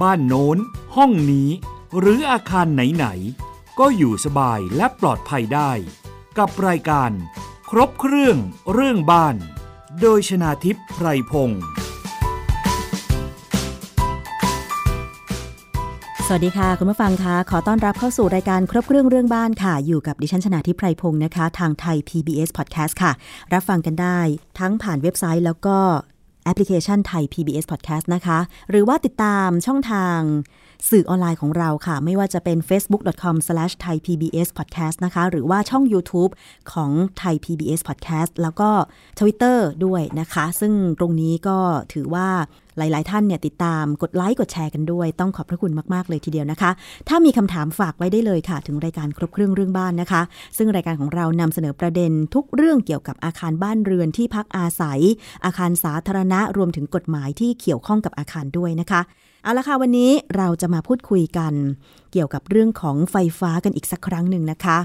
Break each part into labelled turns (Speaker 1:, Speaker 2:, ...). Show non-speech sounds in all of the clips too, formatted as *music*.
Speaker 1: บ้านโน้น ห้องนี้ หรืออาคารไหนๆ ก็อยู่สบายและปลอดภัยได้ กับรายการ ครบเครื่องเรื่องบ้าน โดยชนาทิพย์ไพรพงศ์
Speaker 2: สวัสดีค่ะ คุณผู้ฟังคะขอต้อนรับเข้าสู่รายการครบเครื่องเรื่องบ้านค่ะ อยู่กับดิฉันชนาทิพไพรพงศ์นะคะ ทางไทย PBS Podcast ค่ะ รับฟังกันได้ทั้งผ่านเว็บไซต์แล้วก็แอปพลิเคชันไทย PBS Podcast นะคะ หรือว่าติดตามช่องทางสื่อออนไลน์ของเราค่ะ ไม่ว่าจะเป็น facebook.com/thaipbspodcast นะคะ หรือว่าช่อง YouTube ของ Thai PBS Podcast แล้วก็ Twitter ด้วยนะคะ ซึ่งตรงนี้ก็ถือว่า หลาย ๆ ท่านเนี่ยติดตามกดไลค์กดแชร์กันด้วย ต้องขอบพระคุณมาก ๆ เลยทีเดียวนะคะ ถ้ามีคำถามฝากไว้ได้เลยค่ะ ถึงรายการครบเครื่องเรื่องบ้านนะคะ ซึ่งรายการของเรานำเสนอประเด็นทุกเรื่องเกี่ยวกับอาคารบ้านเรือนที่พักอาศัย อาคารสาธารณะรวมถึงกฎหมายที่เกี่ยวข้องกับอาคารด้วยนะคะ เอาละค่ะวันนี้เราจะมาพูดคุยกัน เกี่ยวกับเรื่องของไฟฟ้ากันอีกสักครั้งหนึ่งนะคะ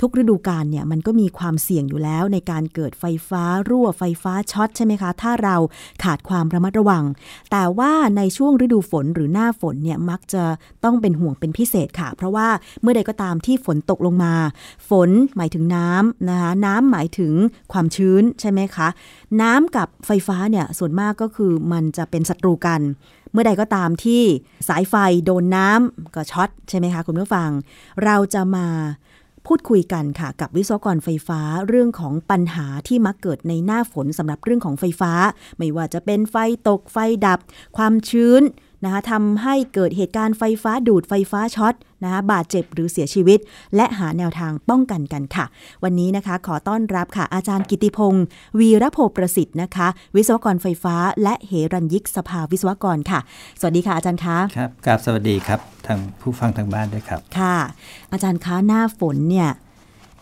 Speaker 2: ทุกฤดูกาลเนี่ยมันก็มีความเสี่ยงอยู่แล้วในการเกิดไฟฟ้ารั่วไฟฟ้าช็อตใช่ไหมคะ ถ้าเราขาดความระมัดระวัง แต่ว่าในช่วงฤดูฝนหรือหน้าฝนเนี่ยมักจะต้องเป็นห่วงเป็นพิเศษค่ะ เพราะว่าเมื่อใดก็ตามที่ฝนตกลงมา ฝนหมายถึงน้ำนะคะน้ำหมายถึงความชื้นใช่ไหมคะ น้ำกับไฟฟ้าเนี่ยส่วนมากก็คือมันจะเป็นศัตรูกัน เมื่อใดก็ตามที่สายไฟโดนน้ำก็ช็อตใช่ไหมคะคุณผู้ฟัง เราจะมาพูดคุยกันค่ะ กับวิศวกรไฟฟ้าเรื่องของปัญหาที่มักเกิดในหน้าฝนสำหรับเรื่องของไฟฟ้า ไม่ว่าจะเป็นไฟตกไฟดับ ความชื้นนะคะทำให้เกิดเหตุการณ์ไฟฟ้าดูดไฟฟ้าช็อตนะคะบาดเจ็บหรือเสียชีวิต และหาแนวทางป้องกันกันค่ะ วันนี้นะคะขอต้อนรับค่ะอาจารย์กิติพงศ์วีระโพประสิทธิ์นะคะ วิศวกรไฟฟ้า และเหรัญยิกสภาวิศวกรค่ะ สวัสดีค่ะอาจารย์คะ
Speaker 3: ครับกราบสวัสดีครับทางผู้ฟังทางบ้านด้วยครับ
Speaker 2: ค่ะ อาจารย์คะหน้าฝนเนี่ย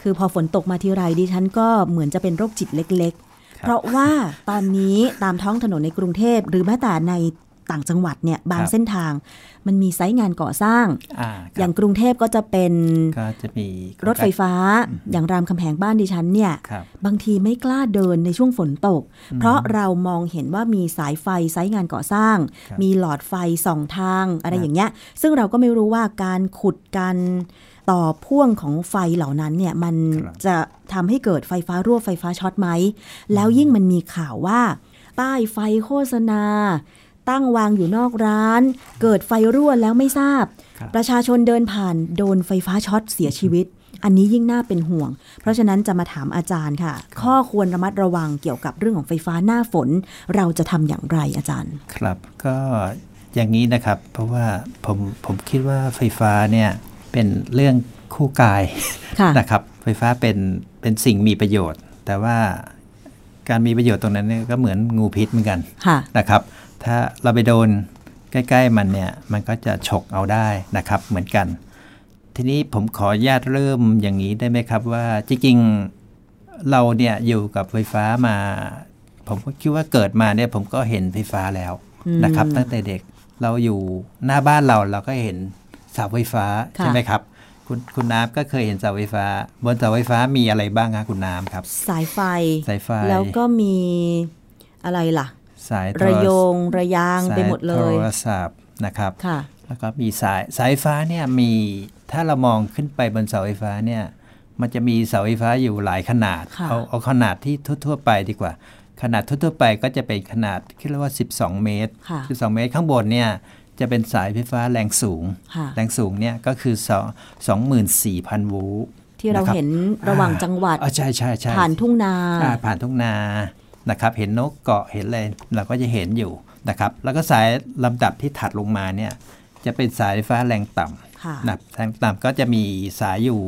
Speaker 2: คือพอฝนตกมาทีไรดิฉันก็เหมือนจะเป็นโรคจิตเล็ก ๆ
Speaker 3: ครับ
Speaker 2: เพราะว่าตอนนี้ตามท้องถนนในกรุงเทพ หรือแม้แต่ในต่างจังหวัดเนี่ยบางเส้นทาง มันมีไซต์งานก่อสร้าง
Speaker 3: อ่า
Speaker 2: อ
Speaker 3: ครั
Speaker 2: ย่า
Speaker 3: บ
Speaker 2: งกรุงเทพก็จะเป็น
Speaker 3: ก็จะมี
Speaker 2: รถไฟฟ้า อย่างรามคำแหงบ้านดิฉันเนี่ย
Speaker 3: ครับ
Speaker 2: บางทีไม่กล้าเดินในช่วงฝนตก เพราะเรามองเห็นว่ามีสายไฟไซต์งานก่อสร้าง มีหลอดไฟส่องทางอะไรอย่างเงี้ย ซึ่งเราก็ไม่รู้ว่าการขุดการต่อพ่วงของไฟเหล่านั้นเนี่ยมันจะทำให้เกิดไฟฟ้ารั่วไฟฟ้าช็อตไหม แล้วยิ่งมันมีข่าวว่า ป้ายไฟโฆษณา ตั้งวางอยู่นอกร้าน เกิดไฟรั่วแล้วไม่ทราบ
Speaker 3: ครับ
Speaker 2: ประชาชนเดินผ่านโดนไฟฟ้าช็อตเสียชีวิต อันนี้ยิ่งน่าเป็นห่วง เพราะฉะนั้นจะมาถามอาจารย์ค่ะ ข้อควรระมัดระวังเกี่ยวกับเรื่องของไฟฟ้าหน้าฝน เราจะทำอย่างไรอาจารย์
Speaker 3: ครับก็อย่างนี้นะครับ เพราะว่าผมผมคิดว่าไฟฟ้าเนี่ยเป็นเรื่องคู่กาย
Speaker 2: ค่ะ
Speaker 3: นะครับ ไฟฟ้าเป็นเป็นสิ่งมีประโยชน์ แต่ว่าการมีประโยชน์ตรงนั้นเนี่ยก็เหมือนงูพิษเหมือนกัน
Speaker 2: ค่ะ
Speaker 3: นะครับถ้าเราไปโดนใกล้ ๆ มันเนี่ยมันก็จะฉกเอาได้นะครับเหมือนกัน ทีนี้ผมขออนุญาตเริ่มอย่างนี้ได้ไหมครับว่าจริงๆเราเนี่ยอยู่กับไฟฟ้ามา ผมก็คิดว่าเกิดมาเนี่ยผมก็เห็นไฟฟ้าแล้วนะครับ ตั้งแต่เด็กเราอยู่หน้าบ้านเราเราก็เห็นเสาไฟฟ้า
Speaker 2: ค่ะ
Speaker 3: ใช่ไหมครับ คุณคุณน้ำก็เคยเห็นเสาไฟฟ้า บนเสาไฟฟ้ามีอะไรบ้างคะคุณน้ำครับ
Speaker 2: สายไฟ
Speaker 3: สายไฟ
Speaker 2: แล้วก็มีอะไรล่ะ
Speaker 3: สายโท
Speaker 2: ระ
Speaker 3: ร
Speaker 2: โยงระยางไปหมดเล
Speaker 3: สาย โทรศัพท์นะครับ
Speaker 2: ค่ะ
Speaker 3: แล้วก็มีสายสายไฟฟ้าเนี่ยมีถ้าเรามองขึ้นไปบนเสาไฟฟ้าเนี่ยมันจะมีเสาไฟฟ้าอยู่หลายขนาด
Speaker 2: ค่ะ
Speaker 3: เอาเอาขนาดที่ทั่วๆไปดีกว่า ขนาดทั่วๆไปก็จะเป็นขนาดคิดว่า 12 เมตร
Speaker 2: ค่ะ
Speaker 3: 12 เมตรข้างบนเนี่ยจะเป็นสายไฟฟ้าแรงสูง
Speaker 2: ค่ะ
Speaker 3: แรงสูงเนี่ยก็คือ2 24,000 โวลต์
Speaker 2: ที่เรา
Speaker 3: ะคบ
Speaker 2: เห็นระหว่างจังหวัด
Speaker 3: อ๋อใช่ใช่ใช่
Speaker 2: ผ่านทุ่งนา
Speaker 3: อ่าผ่านทุ่งนา นะครับ เห็นนกเกาะ เห็นอะไรเราก็จะเห็นอยู่นะครับ แล้วก็สายลำดับที่ถัดลงมาเนี่ย จะเป็นสายไฟฟ้าแรงต่
Speaker 2: ค่ะ
Speaker 3: ำนะครับแรงต่ำก็จะมีสายอยู่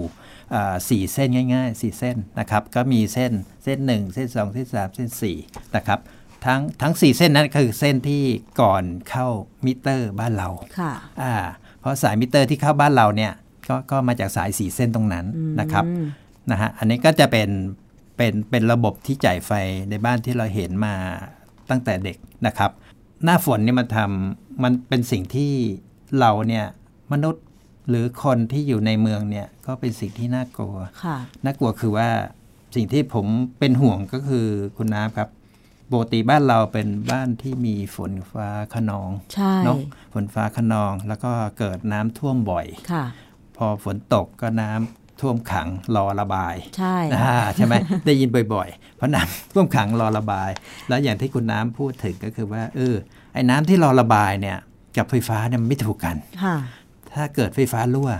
Speaker 3: อ่าสี่เส้นง่ายๆสี่เส้นนะครับ ก็มีเส้นเส้นหนึ่งเส้นสองเส้นสามเส้นสี่นะครับ ทั้งทั้งสี่เส้นนั้นคือเส้นที่ก่อนเข้ามิเตอร์บ้านเรา
Speaker 2: ค่ะ
Speaker 3: อ่าเพราะสายมิเตอร์ที่เข้าบ้านเราเนี่ยก็ก็มาจากสายสีเส้นตรงนั้นนะครับนะฮะอันนี้ก็จะเป็นเป็นเป็นระบบที่จ่ายไฟในบ้านที่เราเห็นมาตั้งแต่เด็กนะครับ หน้าฝนเนี่ยมันทำมันเป็นสิ่งที่เราเนี่ยมนุษย์หรือคนที่อยู่ในเมืองเนี่ยก็เป็นสิ่งที่น่ากลัว
Speaker 2: ค่ะ
Speaker 3: น่ากลัวคือว่าสิ่งที่ผมเป็นห่วงก็คือคุณน้ำครับ ปกติบ้านเราเป็นบ้านที่มีฝนฟ้าขนอง
Speaker 2: ใช่
Speaker 3: เนาะฝนฟ้าขนองแล้วก็เกิดน้ำท่วมบ่อย
Speaker 2: ค่ะ
Speaker 3: พอฝนตกก็น้ำท่วมขังรอระบาย
Speaker 2: ใช่
Speaker 3: อ่าใช่ไหม ได้ยินบ่อยๆ เพราะน้ำ *laughs* ท่วมขังรอระบาย แล้วอย่างที่คุณน้ำพูดถึงก็คือว่าเออไอ้น้ำที่รอระบายเนี่ยกับไฟฟ้าเนี่ยมันไม่ถูกกัน
Speaker 2: ค่ะ
Speaker 3: ถ้าเกิดไฟฟ้ารั่ว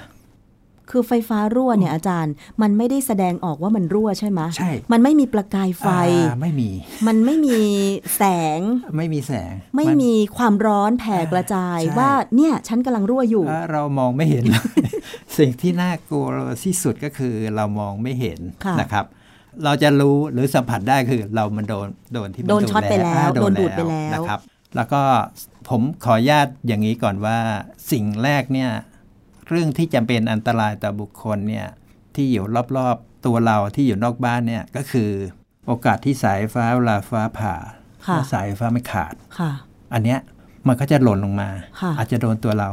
Speaker 2: คือไฟฟ้ารั่วเนี่ยอาจารย์ มันไม่ได้แสดงออกว่ามันรั่วใช่ไหม
Speaker 3: ใช่
Speaker 2: มันไม่มีประกายไฟ
Speaker 3: อ่าไม่มี
Speaker 2: มันไม่มีแสง
Speaker 3: ไม่มีแสง
Speaker 2: ไม่
Speaker 3: น
Speaker 2: มีความร้อนแผ่กระจาย
Speaker 3: ใช่
Speaker 2: ว่าเนี่ยฉันกำลังรั่วอยู่
Speaker 3: อ่าเรามองไม่เห็นเลย *laughs* สิ่งที่น่ากลัวที่สุดก็คือเรามองไม่เห็น
Speaker 2: ค่ะ
Speaker 3: นะครับ เราจะรู้หรือสัมผัสได้คือเรามันโดนโดนที่มั
Speaker 2: โดนช็อตไปแล้ว
Speaker 3: อ่า
Speaker 2: โดนดูดไปแล้ว
Speaker 3: นะครับ แล้วก็ผมขออนุญาตอย่างนี้ก่อนว่าสิ่งแรกเนี่ยเรื่องที่จำเป็นอันตรายต่อบุคคลเนี่ยที่อยู่รอบๆตัวเราที่อยู่นอกบ้านเนี่ยก็คือโอกาสที่สายฟ้าเวลาฟ้าผ่า
Speaker 2: ค่ะ
Speaker 3: แล้วสายฟ้าไม่ขาด
Speaker 2: ค่ะ
Speaker 3: อันเนี้ยมันก็จะหล่นลงมา
Speaker 2: ค่ะ
Speaker 3: อาจจะโดนตัวเรา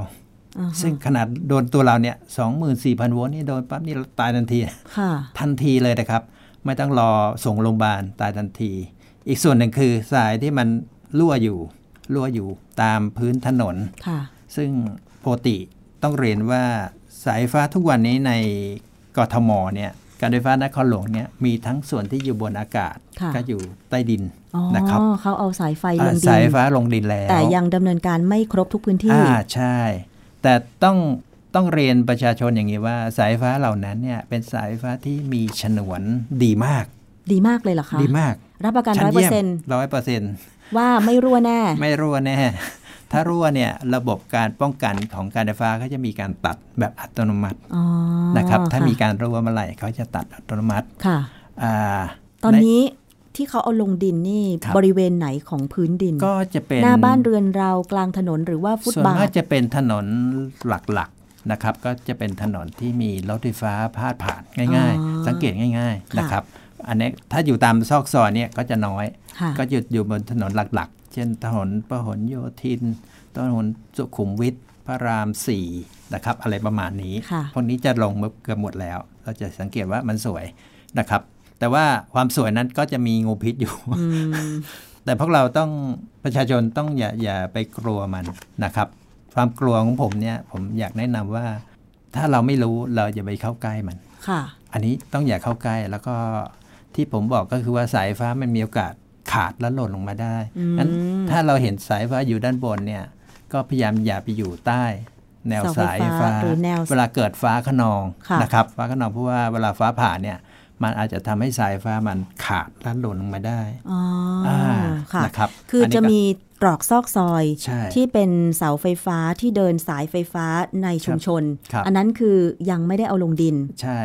Speaker 2: อ่าฮะ
Speaker 3: ซึ่งขนาดโดนตัวเราเนี่ยสองหมื่นสี่พันโวลต์นี่โดนปั๊บนี่ตายทันที
Speaker 2: ค่ะ
Speaker 3: ทันทีเลยนะครับ ไม่ต้องรอส่งโรงพยาบาลตายทันที อีกส่วนหนึ่งคือสายที่มันรั่วอยู่รั่วอยู่ตามพื้นถนน
Speaker 2: ค่ะ
Speaker 3: ซึ่งปกติต้องเรียนว่าสายไฟฟ้าทุกวันนี้ในกทมเนี่ยการไฟฟ้านครหลวงเนี่ยมีทั้งส่วนที่อยู่บนอากาศ
Speaker 2: ค่ะ
Speaker 3: ก็อยู่ใต้ดิน
Speaker 2: อ๋อ
Speaker 3: นะครับ
Speaker 2: เขาเอาสายไฟล
Speaker 3: อ่าง
Speaker 2: ดิ
Speaker 3: สาย
Speaker 2: น
Speaker 3: ไฟฟ้าลงดินแล้ว
Speaker 2: แต่ยังดำเนินการไม่ครบทุกพื้นที่
Speaker 3: อ่าใช่ แต่ต้องต้องเรียนประชาชนอย่างนี้ว่า สายไฟฟ้าเหล่านั้นเนี่ยเป็นสายไฟฟ้าที่มีฉนวนดีมาก
Speaker 2: ดีมากเลยเหรอคะ
Speaker 3: ดีมาก
Speaker 2: รับประกันร้
Speaker 3: ชั้
Speaker 2: อยเปอร์เซ็น
Speaker 3: ร้อยเปอร์เซ็นต์
Speaker 2: ว่าไม่รั่วแน่
Speaker 3: ไม่รั่วแน่ *laughs* ถ้ารั่วเนี่ยระบบการป้องกันของการไฟฟ้าเขาจะมีการตัดแบบอัตโนมัติ
Speaker 2: อ๋อ
Speaker 3: นะครับ ถ้ามี
Speaker 2: ค่ะ
Speaker 3: การรั่วเมื่อไหร่เขาจะตัดอัตโนมัติ
Speaker 2: ค่ะ
Speaker 3: อ่า
Speaker 2: ตอน
Speaker 3: ใน
Speaker 2: นี้ที่เขาเอาลงดินนี่
Speaker 3: ครับ
Speaker 2: บริเวณไหนของพื้นดิน
Speaker 3: ก็จะเป็น
Speaker 2: หน้าบ้านเรือนเรากลางถนนหรือว่าฟุต
Speaker 3: ส่วน
Speaker 2: บาท
Speaker 3: มากจะเป็นถนนหลักๆนะครับ ก็จะเป็นถนนที่มีรถไฟฟ้าพาดผ่านง่าย
Speaker 2: อ๋อ
Speaker 3: ๆ สังเกตง่าย
Speaker 2: ค่ะ
Speaker 3: ๆนะครับ อันนี้ถ้าอยู่ตามซอกซอยเนี่ยก็จะน้อย
Speaker 2: ค่ะ
Speaker 3: ก็หยุดอยู่บนถนนหลักๆ เช่นถนนพหลโยธิน ถนนสุขุมวิทพระรามสี่นะครับ อะไรประมาณนี้
Speaker 2: ค่ะ
Speaker 3: พวกนี้จะลงมาเกือบหมดแล้ว เราจะสังเกตว่ามันสวยนะครับ แต่ว่าความสวยนั้นก็จะมีงูพิษอยู่
Speaker 2: อืม
Speaker 3: แต่พวกเราต้องประชาชนต้องอย่าอย่าไปกลัวมันนะครับ ความกลัวของผมเนี่ยผมอยากแนะนำว่า ถ้าเราไม่รู้เราอย่าไปเข้าใกล้มัน
Speaker 2: ค่ะ
Speaker 3: อันนี้ต้องอย่าเข้าใกล้แล้วก็ที่ผมบอกก็คือว่าสายไฟฟ้ามันมีโอกาสขาดและหล่นลงมาได้งั้นถ้าเราเห็นสายไฟฟ้าอยู่ด้านบนเนี่ยก็พยายามอย่าไปอยู่ใต้ แนวสายไฟฟ้า
Speaker 2: เสาไฟฟ้าหรือแนว
Speaker 3: เวลาเกิดฟ้าขนอง
Speaker 2: ค่ะ
Speaker 3: นะครับฟ้าขนองเพราะว่าเวลาฟ้าผ่าเนี่ยมันอาจจะทำให้สายไฟฟ้ามันขาดและหล่นลงมาได้
Speaker 2: อ๋ออ
Speaker 3: อ่า
Speaker 2: ค่ะ
Speaker 3: นะครับ
Speaker 2: คือน อ
Speaker 3: นี้
Speaker 2: จะ
Speaker 3: ก็
Speaker 2: มีตรอกซอกซอย
Speaker 3: ใช่
Speaker 2: ที่เป็นเสาไฟฟ้าที่เดินสายไฟฟ้าในชุมชน
Speaker 3: ครับ
Speaker 2: อันนั้นคือยังไม่ได้เอาลงดิน
Speaker 3: ใช่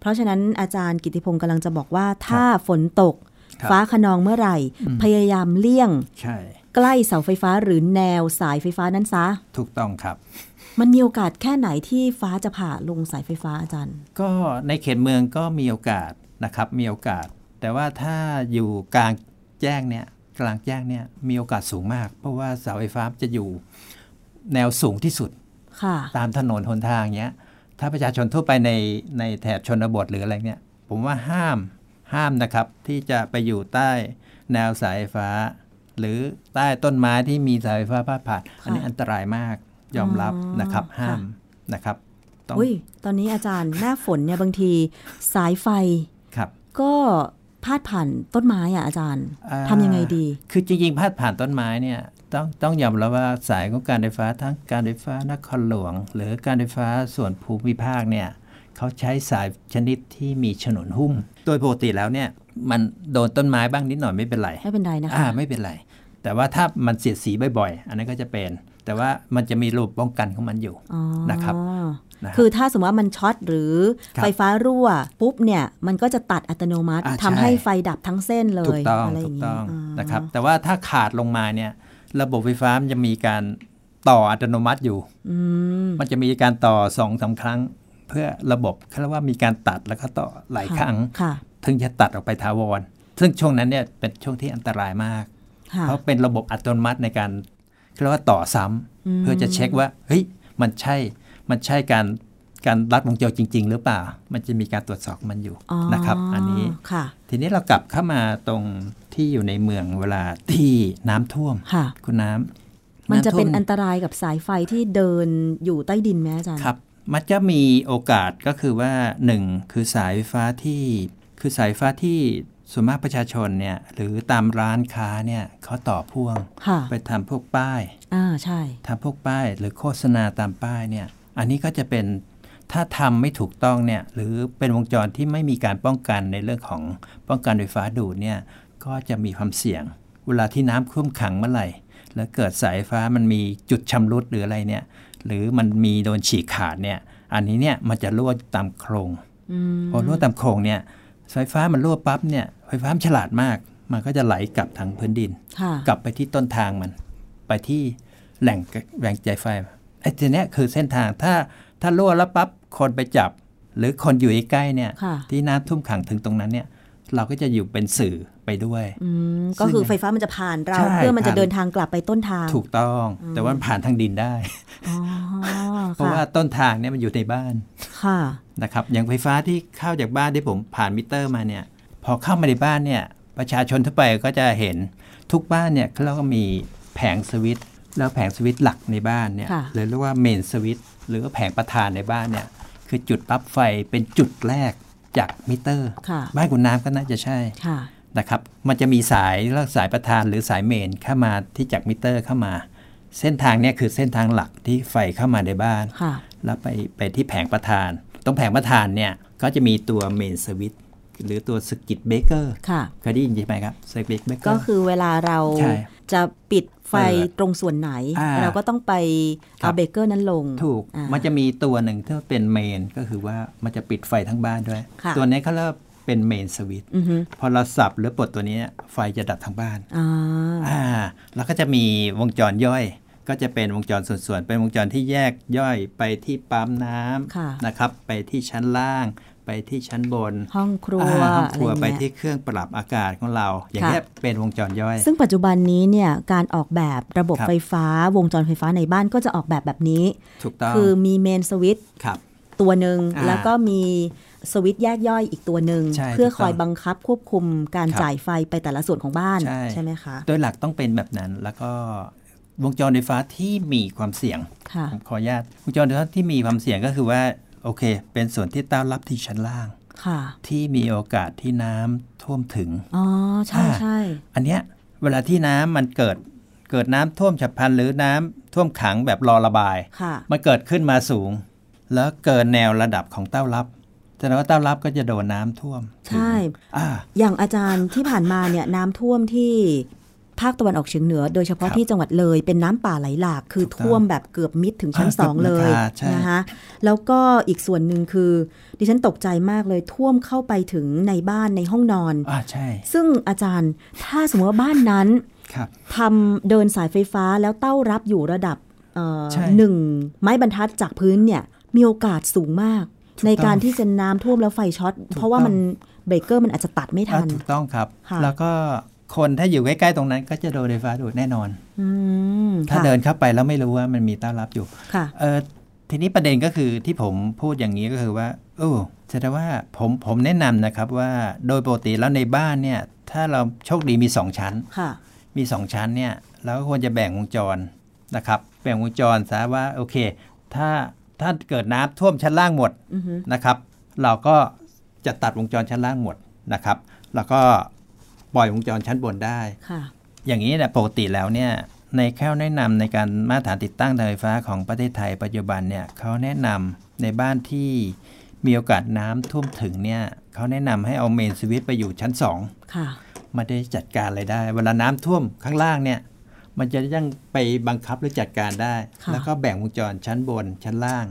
Speaker 2: เพราะฉะนั้นอาจารย์กิติพงศ์กำลังจะบอกว่าถ้าฝนตก
Speaker 3: ครับ
Speaker 2: ฟ้าขนองเมื่อไหร่ พยายามเลี่ยง
Speaker 3: ใช่
Speaker 2: ใกล้เสาไฟฟ้าหรือแนวสายไฟฟ้านั้นซะ
Speaker 3: ถูกต้องครับ
Speaker 2: มันมีโอกาสแค่ไหนที่ฟ้าจะผ่าลงสายไฟฟ้าอาจารย์
Speaker 3: ก็ในเขตเมืองก็มีโอกาสนะครับ มีโอกาส แต่ว่าถ้าอยู่กลางแจ้งเนี่ยกลางแจ้งเนี่ยมีโอกาสสูงมาก เพราะว่าเสาไฟฟ้าจะอยู่แนวสูงที่สุด
Speaker 2: ค่ะ
Speaker 3: ตามถนนหนทางเนี้ย ถ้าประชาชนทั่วไปในในแถบชนบทหรืออะไรเนี่ย ผมว่าห้ามห้ามนะครับ ที่จะไปอยู่ใต้แนวสายไฟฟ้า หรือใต้ต้นไม้ที่มีสายไฟฟ้าพาดผ่าน อันนี้อันตรายมากยอมรับนะครับ
Speaker 2: อ๋อ
Speaker 3: ห้ามนะครับ ต้อง
Speaker 2: อุ้ยตอนนี้อาจารย์หน้าฝนเนี่ยบางทีสายไฟ
Speaker 3: ครับ
Speaker 2: ก็พาดผ่านต้นไม้อะอาจารย์
Speaker 3: อ่า
Speaker 2: ทำยังไงดี
Speaker 3: คือจริงๆพาดผ่านต้นไม้เนี่ยต้องต้องยอมรับว่าสายของการไฟฟ้าทั้งการไฟฟ้านครหลวง หรือการไฟฟ้าส่วนภูมิภาคเนี่ยเขาใช้สายชนิดที่มีฉนวนหุ้ม โดยปกติแล้วเนี่ยมันโดนต้นไม้บ้างนิดหน่อยไม่เป็นไร
Speaker 2: ไม่เป็นไรนะคะ
Speaker 3: อ่าไม่เป็นไร แต่ว่าถ้ามันเสียดสีบ่อยๆ อันนั้นก็จะเป็น แต่ว่ามันจะมีระบบป้องกันของมันอยู่
Speaker 2: อ๋อ
Speaker 3: นะครับนะครับ
Speaker 2: คือถ้าสมมติว่ามันช็อตหรือ
Speaker 3: ครับ
Speaker 2: ไฟฟ้ารั่ว ปุ๊บเนี่ย มันก็จะตัดอัตโนมัติ
Speaker 3: อ่า
Speaker 2: ทำให้
Speaker 3: ใช่
Speaker 2: ไฟดับทั้งเส้นเล
Speaker 3: ถู
Speaker 2: ย
Speaker 3: กต้อง
Speaker 2: อะไรอ
Speaker 3: ถู
Speaker 2: ย่าก งนี้
Speaker 3: ต้อง
Speaker 2: อ๋อ
Speaker 3: นะครับแต่ว่าถ้าขาดลงมาเนี่ยระบบไฟฟ้ามันจะมีการต่ออัตโนมัติอยู่
Speaker 2: อืม
Speaker 3: มันจะมีการต่อสองสามครั้ง เพื่อระบบเขาเรียกว่ามีการตัดแล้วก็ต่อหลาย
Speaker 2: ค่ะ
Speaker 3: ครั้ง
Speaker 2: ค่ะ
Speaker 3: ถึงจะตัดออกไปถาวร ซึ่งช่วงนั้นเนี่ยเป็นช่วงที่อันตรายมาก
Speaker 2: ค่ะ
Speaker 3: เพราะเป็นระบบอัตโนมัติในการเขาเรียกว่าต่อซ้ำเพื่อจะเช็คว่าเฮ้ยมันใช่มันใช่การ การรัดวงจรจริง ๆ หรือเปล่า มันจะมีการตรวจสอบมันอยู่
Speaker 2: อ๋อ
Speaker 3: นะครับ อันนี้
Speaker 2: ค่ะ
Speaker 3: ทีนี้เรากลับเข้ามาตรงที่อยู่ในเมืองเวลาที่น้ำท่วม
Speaker 2: ค่ะ
Speaker 3: คุณน้ำ
Speaker 2: มันจะเป็น
Speaker 3: ำท่ว
Speaker 2: อันตรายกับสายไฟที่เดินอยู่ใต้ดินไหมอาจารย์
Speaker 3: ครับ มันจะมีโอกาสก็คือว่าหนึ่งคือสายไฟฟ้าที่คือสายไฟฟ้าที่ส่วนมากประชาชนเนี่ยหรือตามร้านค้าเนี่ยเขาต่อพ่วง
Speaker 2: ค่ะ
Speaker 3: ไปทำพวกป้าย
Speaker 2: อ่าใช่
Speaker 3: ทำพวกป้าย หรือโฆษณาตามป้ายเนี่ยอันนี้ก็จะเป็นถ้าทำไม่ถูกต้องเนี่ยหรือเป็นวงจรที่ไม่มีการป้องกันในเรื่องของป้องกันไฟฟ้าดูดเนี่ยก็จะมีความเสี่ยง เวลาที่น้ำท่วมขังเมื่อไหร่ แล้วเกิดสายไฟฟ้ามันมีจุดชำรุดหรืออะไรเนี่ยหรือมันมีโดนฉีกขาดเนี่ยอันนี้เนี่ยมันจะรั่วตามโครง
Speaker 2: อืม
Speaker 3: พอรั่วตามโครงเนี่ยสายไฟฟ้ามันรั่วปั๊บเนี่ยไฟฟ้ามันฉลาดมาก มันก็จะไหลกลับทางพื้นดิน
Speaker 2: ค่ะ
Speaker 3: กลับไปที่ต้นทางมัน ไปที่แหล่งแหล่งจ่ายไฟไอ้ทีเนี้ยคือเส้นทางถ้าถ้ารั่วแล้วปั๊บคนไปจับ หรือคนอยู่ใกล้ๆเนี่ย
Speaker 2: ค่ะ
Speaker 3: ที่น้ำท่วมขังถึงตรงนั้นเนี่ยเราก็จะอยู่เป็นสื่อไปด้วย
Speaker 2: อืม ก็คือไฟฟ้ามันจะผ่านเรา
Speaker 3: ใช่
Speaker 2: เพื่อมันจะ
Speaker 3: ผ่าน
Speaker 2: เดินทางกลับไปต้นทาง
Speaker 3: ถูกต้องแต่ว่ามันผ่านทางดินได้
Speaker 2: อ๋อ
Speaker 3: เพราะ
Speaker 2: ค่ะ
Speaker 3: ว่าต้นทางเนี่ยมันอยู่ในบ้าน
Speaker 2: ค่ะ
Speaker 3: นะครับอย่างไฟฟ้าที่เข้าจากบ้านที่ผมผ่านมิเตอร์มาเนี่ยพอเข้ามาในบ้านเนี่ยประชาชนทั่วไปก็จะเห็นทุกบ้านเนี่ยเขาก็มีแผงสวิตช์แล้วแผงสวิตช์หลักในบ้านเนี่ย
Speaker 2: ค่ะ
Speaker 3: หรือเรียกว่าเมนสวิตหรือว่าแผงประธานในบ้านเนี่ย คือจุดปลั๊บไฟเป็นจุดแรกจากมิเตอร์
Speaker 2: ค่ะ
Speaker 3: บ้านคุณน้ำก็น่าจะใช่
Speaker 2: ค่ะ
Speaker 3: นะครับ มันจะมีสายแล้วสายประธานหรือสายเมนเข้ามาที่จากมิเตอร์เข้ามา เส้นทางเนี่ยคือเส้นทางหลักที่ไฟเข้ามาในบ้าน
Speaker 2: ค่ะ
Speaker 3: แล้วไปไปที่แผงประธาน ตรงแผงประธานเนี่ยก็จะมีตัวเมนสวิตหรือตัวสกิตเบเกอร์
Speaker 2: ค่ะ
Speaker 3: เคยได้ยินใช่ไหมครับสกิตเบเกอ
Speaker 2: ก็
Speaker 3: ร์
Speaker 2: คือเวลาเรา
Speaker 3: ใช่
Speaker 2: จะปิดไฟ
Speaker 3: เปิด
Speaker 2: ตรงส่วนไหน
Speaker 3: อ่า
Speaker 2: เราก็ต้องไป
Speaker 3: ครั
Speaker 2: เอา
Speaker 3: บ
Speaker 2: เบรกเกอร์นั้นลง
Speaker 3: ถูก
Speaker 2: อ่า
Speaker 3: มันจะมีตัวหนึ่งที่เป็นเมนก็คือว่ามันจะปิดไฟทั้งบ้านด้วย
Speaker 2: ค่ะ
Speaker 3: ตัวนี้เขาเรียกว่าเป็นเมนสวิต
Speaker 2: อือฮึ
Speaker 3: พอเราสับหรือปลดตัวนี้ไฟจะดับทั้งบ้าน
Speaker 2: อ่า
Speaker 3: อ่า แล้วก็จะมีวงจรย่อย ก็จะเป็นวงจรส่วนๆ เป็นวงจรที่แยกย่อยไปที่ปั๊มน้
Speaker 2: ค่ะ
Speaker 3: ำนะครับ ไปที่ชั้นล่าง ไปที่ชั้นบน
Speaker 2: ห้องครัว
Speaker 3: อ่าห้อง
Speaker 2: อะ
Speaker 3: ค
Speaker 2: ไร
Speaker 3: รัวไป
Speaker 2: เงี้ย
Speaker 3: ที่เครื่องปรับอากาศของเรา อย่าง
Speaker 2: ค่ะ
Speaker 3: นี้ยเป็นวงจรย่อย
Speaker 2: ซึ่งปัจจุบันนี้เนี่ยการออกแบบระบบ
Speaker 3: ครับ
Speaker 2: ไฟฟ้าวงจรไฟฟ้าในบ้านก็จะออกแบบแบบนี้
Speaker 3: ถูกต้อง
Speaker 2: คือมีเมนสวิตช์
Speaker 3: ครับ
Speaker 2: ตัวหนึ่ง
Speaker 3: อ่า
Speaker 2: แล้วก็มีสวิตช์แยกย่อยอีกตัวหนึ่ง
Speaker 3: ใช่
Speaker 2: เพื่อ
Speaker 3: ถูก
Speaker 2: ค
Speaker 3: ต้อง
Speaker 2: อยบังคับควบคุมการ
Speaker 3: ครับ
Speaker 2: จ่ายไฟไปแต่ละส่วนของบ้าน
Speaker 3: ใช่
Speaker 2: ไหมคะ
Speaker 3: โดยหลักต้องเป็นแบบนั้น แล้วก็วงจรไฟฟ้าที่มีความเสี่ยง
Speaker 2: ค่ะ
Speaker 3: ผมขออนุญาตวงจรไฟฟ้าที่มีความเสี่ยงก็คือว่า โอเค เป็นส่วนที่ต้อนรับที่ชั้นล่าง
Speaker 2: ค่ะ
Speaker 3: ที่มีโอกาสที่น้ำท่วมถึง
Speaker 2: อ๋อใช่
Speaker 3: อ่า
Speaker 2: ใช่
Speaker 3: อันเนี้ยเวลาที่น้ำมันเกิดเกิดน้ำท่วมฉับพลันหรือน้ำท่วมขังแบบรอระบาย
Speaker 2: ค่ะ
Speaker 3: มันเกิดขึ้นมาสูง แล้วเกินแนวระดับของเต้ารับแสดงว่าเต้ารับก็จะโดนน้ำท่วมถึง
Speaker 2: ใช่
Speaker 3: อ่า
Speaker 2: อย่างอาจารย์ที่ผ่านมาเนี่ยน้ำท่วมที่ภาคตะวันออกเฉียงเหนือ โดยเฉพาะที่จังหวัดเลยเป็นน้ำป่าไหลหลากคือ
Speaker 3: ถูกต้อง
Speaker 2: ท่วมแบบเกือบมิดถึงชั้น
Speaker 3: อ่า
Speaker 2: สองเลย
Speaker 3: เกือบมิดค่ะใช่
Speaker 2: นะคะแล้วก็อีกส่วนหนึ่งคือ ดิฉันตกใจมากเลยท่วมเข้าไปถึงในบ้านในห้องนอน
Speaker 3: อ่าใช่
Speaker 2: ซึ่งอาจารย์ถ้าสมมติว่าบ้านนั้น
Speaker 3: ครับ
Speaker 2: ทำเดินสายไฟฟ้าแล้วเต้ารับอยู่ระดับเอ่อ
Speaker 3: ใช่
Speaker 2: หนึ่งไม้บรรทัดจากพื้นเนี่ยมีโอกาสสูงมาก
Speaker 3: ถูกต้อง
Speaker 2: ในการที่จะน้ำท่วมแล้วไฟช็อต เพราะว่า
Speaker 3: ต้อง
Speaker 2: มันเบรกเกอร์มันอาจจะตัดไม่ทั
Speaker 3: อ่าน ถูกต้องครับ
Speaker 2: ค่ะ
Speaker 3: แล้วก็คนถ้าอยู่ใกล้ๆตรงนั้น ก็จะโดนไฟฟ้าดูดแน่นอน
Speaker 2: อืม
Speaker 3: ถ้า
Speaker 2: ค่ะ
Speaker 3: เดินเข้าไปแล้วไม่รู้ว่ามันมีเต้ารับอยู่
Speaker 2: ค่ะ
Speaker 3: เออทีนี้ประเด็นก็คือที่ผมพูดอย่างนี้ก็คือว่าโอ้แสดงว่าผมผมแนะนำนะครับว่าโดยปกติแล้วในบ้านเนี่ย ถ้าเราโชคดีมี 2 ชั้น
Speaker 2: ค่ะ
Speaker 3: มี 2 ชั้นเนี่ยเราก็ควรจะแบ่งวงจรนะครับ แบ่งวงจรซะว่าโอเค ถ้าถ้าเกิดน้ำท่วมชั้นล่างหมด
Speaker 2: อือฮึ
Speaker 3: นะครับ เราก็จะตัดวงจรชั้นล่างหมดนะครับ แล้วก็ปล่อยวงจรชั้นบนได้
Speaker 2: ค่ะ
Speaker 3: อย่างนี้เนี่ยปกติแล้วเนี่ยในแค่แนะนำในการมาตรฐานติดตั้งเสาไฟฟ้าของประเทศไทยปัจจุบันเนี่ยเขาแนะนำในบ้านที่มีโอกาสน้ำท่วมถึงเนี่ยเขาแนะนำให้เอาเมนสวิตช์ไปอยู่ชั้น
Speaker 2: ค่ะ
Speaker 3: 2 มันได้จัดการอะไรได้ เวลาน้ำท่วมข้างล่างเนี่ยมันจะยังไปบังคับหรือจัดการได้
Speaker 2: ค่ะ
Speaker 3: แล้วก็แบ่งวงจรชั้นบนชั้นล่าง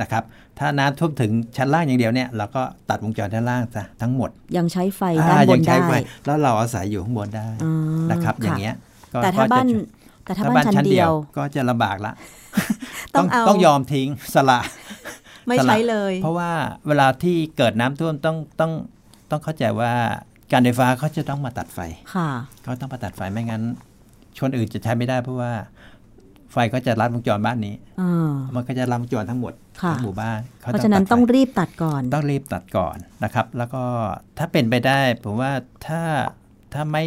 Speaker 3: นะครับถ้าน้ำท่วมถึงชั้นล่างอย่างเดียวเนี่ยเราก็ตัดวงจรชั้นล่างซะทั้งหมด
Speaker 2: ยังใช้ไฟ
Speaker 3: อ่
Speaker 2: ด้านบ
Speaker 3: ยั
Speaker 2: น
Speaker 3: ใช้
Speaker 2: ได้
Speaker 3: ไฟแล้วเราอาศัยอยู่ข้างบนได้
Speaker 2: อืม
Speaker 3: นะครับ อย่างเงี้ยก็
Speaker 2: แต่ถ้า
Speaker 3: ก็จะ
Speaker 2: บ้าน
Speaker 3: ช่วย
Speaker 2: แต่ถ้าบ้านชั้นเดียว
Speaker 3: ก็จะลำบากละ
Speaker 2: *laughs* ต้องเอา
Speaker 3: ต้องยอมทิ้ง *laughs* สละ
Speaker 2: ไม่
Speaker 3: สลับ
Speaker 2: ใช้เลย
Speaker 3: เพราะว่าเวลาที่เกิดน้ำท่วมต้องต้องต้องเข้าใจว่าการไฟฟ้าเขาจะต้องมาตัดไฟ
Speaker 2: ค่ะ
Speaker 3: เขาต้องมาตัดไฟไม่งั้น ชนอื่นจะใช้ไม่ได้เพราะว่าไฟก็จะรัดวงจรบ้านนี้
Speaker 2: เออ
Speaker 3: มันก็จะรัดวงจรทั้งหมด
Speaker 2: ค่ะ
Speaker 3: ทั้งหมู่บ้านข
Speaker 2: เพราะฉะนั้น
Speaker 3: ตัดไฟ
Speaker 2: ต้องรีบตัดก่อน
Speaker 3: ต้องรีบตัดก่อนนะครับ แล้วก็ถ้าเป็นไปได้ ผมว่าถ้าถ้าไม่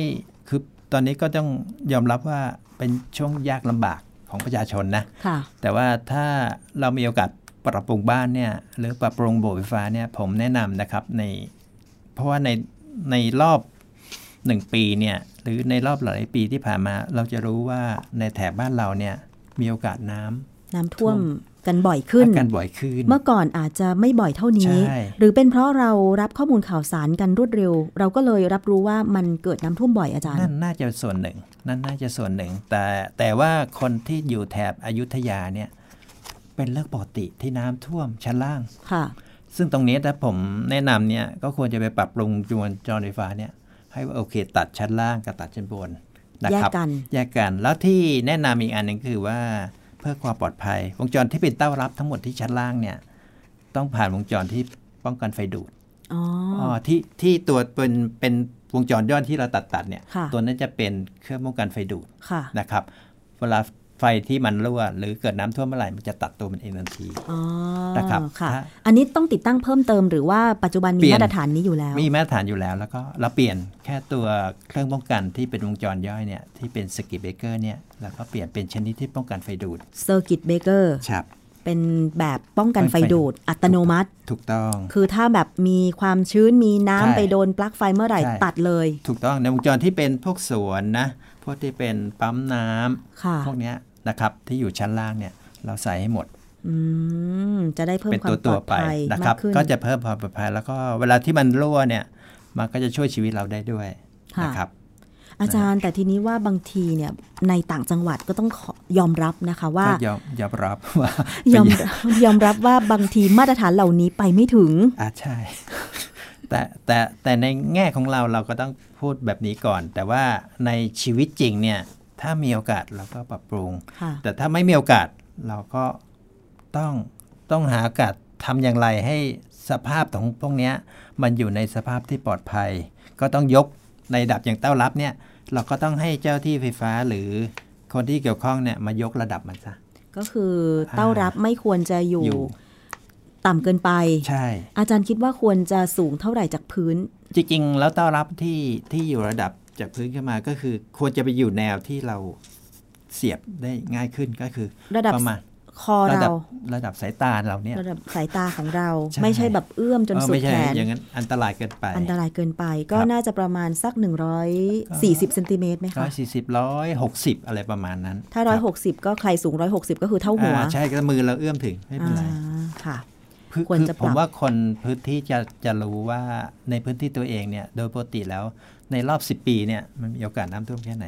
Speaker 3: คือตอนนี้ก็ต้องยอมรับว่าเป็นช่วงยากลำบากของประชาชนนะ
Speaker 2: ค่ะ
Speaker 3: แต่ว่าถ้าเรามีโอกาสปรับปรุงบ้านเนี่ยหรือปรับปรุงโบสถ์ไฟฟ้าเนี่ยผมแนะนำนะครับในเพราะว่าในในรอบ 1 ปีเนี่ยหรือในรอบหลายปีที่ผ่านมา เราจะรู้ว่าในแถบบ้านเราเนี่ยมีโอกาสน้ำ
Speaker 2: น้ำท่วมกันบ่อยขึ้น
Speaker 3: อาการบ่อยขึ้น
Speaker 2: เมื่อก่อนอาจจะไม่บ่อยเท่านี้
Speaker 3: ใช่
Speaker 2: หรือเป็นเพราะเรารับข้อมูลข่าวสารกันรวดเร็ว เราก็เลยรับรู้ว่ามันเกิดน้ำท่วมบ่อยอาจารย์
Speaker 3: นั่นน่าจะส่วนหนึ่ง นั่นน่าจะส่วนหนึ่ง แต่แต่ว่าคนที่อยู่แถบอยุธยาเนี่ยเป็นเรื่องปกติที่น้ำท่วมชั้นล่าง
Speaker 2: ค่ะ
Speaker 3: ซึ่งตรงนี้ถ้าผมแนะนำเนี่ยก็ควรจะไปปรับปรุงจวนจรไฟฟ้าเนี่ยให้ว่าโอเค ตัดชั้นล่างกับตัดชั้นบนนะครับ
Speaker 2: แยกกัน
Speaker 3: แยกกัน แล้วที่แนะนำอีกอันหนึ่งคือว่าเพื่อความปลอดภัย วงจรที่เป็นเต้ารับทั้งหมดที่ชั้นล่างเนี่ยต้องผ่านวงจรที่ป้องกันไฟดูด
Speaker 2: อ๋อ
Speaker 3: อ๋อที่ที่ตัวเป็นเป็นวงจรยอดที่เราตัดตัดเนี่ย
Speaker 2: ค่ะ
Speaker 3: ตัวนั้นจะเป็นเครื่องป้องกันไฟดูด
Speaker 2: ค่ะ
Speaker 3: นะครับ เวลาไฟที่มันรั่วหรือเกิดน้ำท่วมเมื่อไหร่มันจะตัดตัวมันเองทันที
Speaker 2: อ๋อ
Speaker 3: นะครับ
Speaker 2: ค่ะ
Speaker 3: ถ้า
Speaker 2: อันนี้ต้องติดตั้งเพิ่มเติมหรือว่าปัจจุบัน
Speaker 3: เป
Speaker 2: มี
Speaker 3: ลี่ยน
Speaker 2: มาตรฐานนี้อยู่แล้ว
Speaker 3: มีมาตรฐานอยู่แล้ว แล้วก็เราเปลี่ยนแค่ตัวเครื่องป้องกันที่เป็นวงจรย่อยเนี่ยที่เป็นสกิปเบเกอร์เนี่ยแล้วก็เปลี่ยนเป็นชนิดที่ป้องกันไฟดูด
Speaker 2: Circuit Breaker
Speaker 3: ครับ
Speaker 2: เป็นแบบป้องกันไฟ
Speaker 3: ป้องกันไฟ
Speaker 2: ดูดอัตโนมัติ
Speaker 3: ถูกต้อง
Speaker 2: คือถ้าแบบมีความชื้นมีน้ำ
Speaker 3: ใช่
Speaker 2: ไปโดนปลั๊กไฟเมื่อไหร่
Speaker 3: ใช่
Speaker 2: ตัดเลย
Speaker 3: ถูกต้องในวงจรที่เป็นพวกสวนนะพวกที่เป็นปั๊มน้ำ
Speaker 2: ค่ะ
Speaker 3: พวกเนี้ยนะครับที่อยู่ชั้นล่างเนี่ยเราใส่ให้หมด
Speaker 2: อืม จะได้เพิ่ม
Speaker 3: เป็น
Speaker 2: ควา
Speaker 3: ตั
Speaker 2: มปล
Speaker 3: วตัว
Speaker 2: อด
Speaker 3: ไป
Speaker 2: ภัย
Speaker 3: นะค
Speaker 2: มา
Speaker 3: รับ
Speaker 2: กขึ้น
Speaker 3: ก็จะเพิ่มความปลอดภัยแล้วก็เวลาที่มันรั่วเนี่ย มันก็จะช่วยชีวิตเราได้ด้วย
Speaker 2: ค่ะ
Speaker 3: นะครับ
Speaker 2: อาจารย์แต่ทีนี้ว่าบางทีเนี่ยในต่างจังหวัดก็ต้องขอยอมรับนะคะว่า
Speaker 3: ก็ยอมยอมรับว่า
Speaker 2: อมยอมรับว่าบางทีมาตรฐานเหล่านี้ไปไม่ถึง
Speaker 3: อ่ะใช่ *laughs* แต่แต่แต่ในแง่ของเราเราก็ต้องพูดแบบนี้ก่อน แต่ว่าในชีวิตจริงเนี่ย ถ้ามีโอกาสเราก็ปรับปรุง
Speaker 2: ค่ะ
Speaker 3: แต่ถ้าไม่มีโอกาสเราก็ต้องต้องหาโอกาสทำอย่างไรให้สภาพของพวกเนี้ยมันอยู่ในสภาพที่ปลอดภัย ก็ต้องยกในระดับอย่างเต้ารับเนี่ย เราก็ต้องให้เจ้าที่ไฟฟ้าหรือคนที่เกี่ยวข้องเนี่ยมายกระดับมันซะ
Speaker 2: ก็คือเต้ารับไม่ควรจะอยู่
Speaker 3: อยู่
Speaker 2: ต่ำเกินไป
Speaker 3: ใช่
Speaker 2: อาจารย์คิดว่าควรจะสูงเท่าไหร่จากพื้น
Speaker 3: จริงๆ แล้วเต้ารับที่ที่อยู่ระดับจากพื้นขึ้นมาก็คือ ควรจะไปอยู่แนวที่เราเสียบได้ง่ายขึ้นก็คือ
Speaker 2: ระดับ
Speaker 3: ประมาณ
Speaker 2: คอ
Speaker 3: ระดั
Speaker 2: เรา
Speaker 3: บระดับสายตาเราเนี่ย
Speaker 2: ระดับสายตาของเรา
Speaker 3: ใช่
Speaker 2: ไม่ใช่แบบเอื้อมจน
Speaker 3: เออ
Speaker 2: สุด
Speaker 3: ไม่ใช่
Speaker 2: แขน
Speaker 3: อย่างนั้นอันตรายเกินไป
Speaker 2: อันตรายเกินไปก็
Speaker 3: ครับ
Speaker 2: น่าจะประมาณสัก 140เซนติเมตรไหม
Speaker 3: ร้
Speaker 2: คะ
Speaker 3: อยสี่สิบร้อยหกสิบอะไรประมาณนั้น
Speaker 2: ถ้า 160 ก็ใครสูง 160 ก็คือเท่าหัว
Speaker 3: อ่าใช่ก็มือเราเอื้อมถึงไม่เป็นไร
Speaker 2: อ่าค่ะ
Speaker 3: คือ
Speaker 2: ควร
Speaker 3: คือ
Speaker 2: จะปรับ
Speaker 3: ผมว่าคนพื้นที่จะจะรู้ว่าในพื้นที่ตัวเองเนี่ย โดยปกติแล้วในรอบ 10 ปีเนี่ยมันมีโอกาสน้ำท่วมแค่ไหน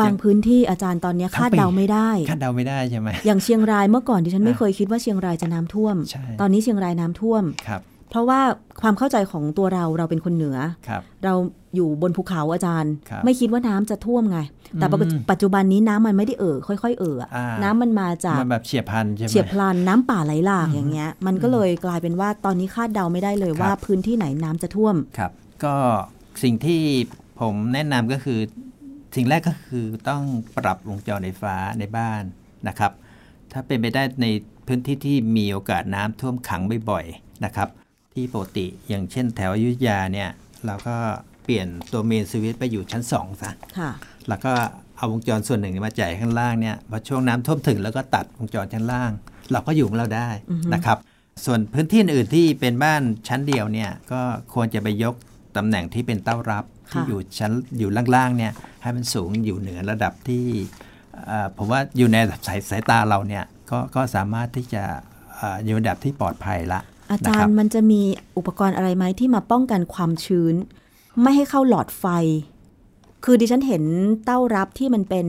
Speaker 2: บางพื้นที่อาจารย์ตอนเนี้ย
Speaker 3: ทั้ง
Speaker 2: คาด
Speaker 3: ปี
Speaker 2: เดาไม่ได้
Speaker 3: คาดเดาไม่ได้ใช่ไหม
Speaker 2: อย่างเชียงรายเมื่อก่อนดิฉันไม่
Speaker 3: อ่า
Speaker 2: เคยคิดว่าเชียงรายจะน้ำท่วม
Speaker 3: ใช่
Speaker 2: ตอนนี้เชียงรายน้ำท่วม
Speaker 3: ครับ
Speaker 2: เพราะว่าความเข้าใจของตัวเราเราเป็นคนเหนือ
Speaker 3: ครับ
Speaker 2: เราอยู่บนภูเขาอาจารย์
Speaker 3: ครับ
Speaker 2: ไม่คิดว่าน้ำจะท่วมไง แต่ปกติ
Speaker 3: อืม
Speaker 2: ปัจจุบันนี้น้ำมันไม่ได้เอ่อค่อยๆ เอ่ออะ
Speaker 3: อ่า
Speaker 2: น้ำมันมาจาก
Speaker 3: มันแบบเฉียบพลันใช่ไหม
Speaker 2: เฉียบพลันน้ำป่าไหลหลากอย่างเงี้ย มันก็เลยกลายเป็นว่าตอนนี้คาดเดาไม่ได้เลย
Speaker 3: ครับ
Speaker 2: ว่าพื้นที่ไหนน้ำจะท่วม
Speaker 3: ครับ ก็สิ่งที่ผมแนะนำก็คือ สิ่งแรกก็คือต้องปรับวงจรไฟฟ้าในบ้านนะครับ ถ้าเป็นไปได้ในพื้นที่ที่มีโอกาสน้ำท่วมขังบ่อยๆนะครับ ที่ปกติอย่างเช่นแถวอยุธยาเนี่ยเราก็เปลี่ยนตัวเมนสวิตช์ไปอยู่ชั้น2ซะ
Speaker 2: ค่ะ
Speaker 3: แล้วก็เอาวงจรส่วนหนึ่งมาจ่ายข้างล่างเนี่ยพอช่วงน้ำท่วมถึงแล้วก็ตัดวงจรชั้นล่าง เราก็อยู่ของเราได้นะครับ ส่วนพื้นที่อื่นที่เป็นบ้านชั้นเดียวเนี่ยก็ควรจะไปยกตำแหน่งที่เป็นเต้ารับที่
Speaker 2: ค่ะ
Speaker 3: อยู่ชั้นอยู่ล่างๆเนี่ยให้มันสูงอยู่เหนือระดับที่เอ่อผมว่าอยู่ในระดับสายสายตาเราเนี่ยก็ก็สามารถที่จะเอ่ออยู่ในระดับที่ปลอดภัยละ
Speaker 2: อา
Speaker 3: นะ
Speaker 2: จา
Speaker 3: ค
Speaker 2: ร
Speaker 3: บ
Speaker 2: ย์มันจะมีอุปกรณ์อะไรไหมที่มาป้องกันความชื้น ไม่ให้เข้าหลอดไฟ คือดิฉันเห็นเต้ารับที่มันเป็น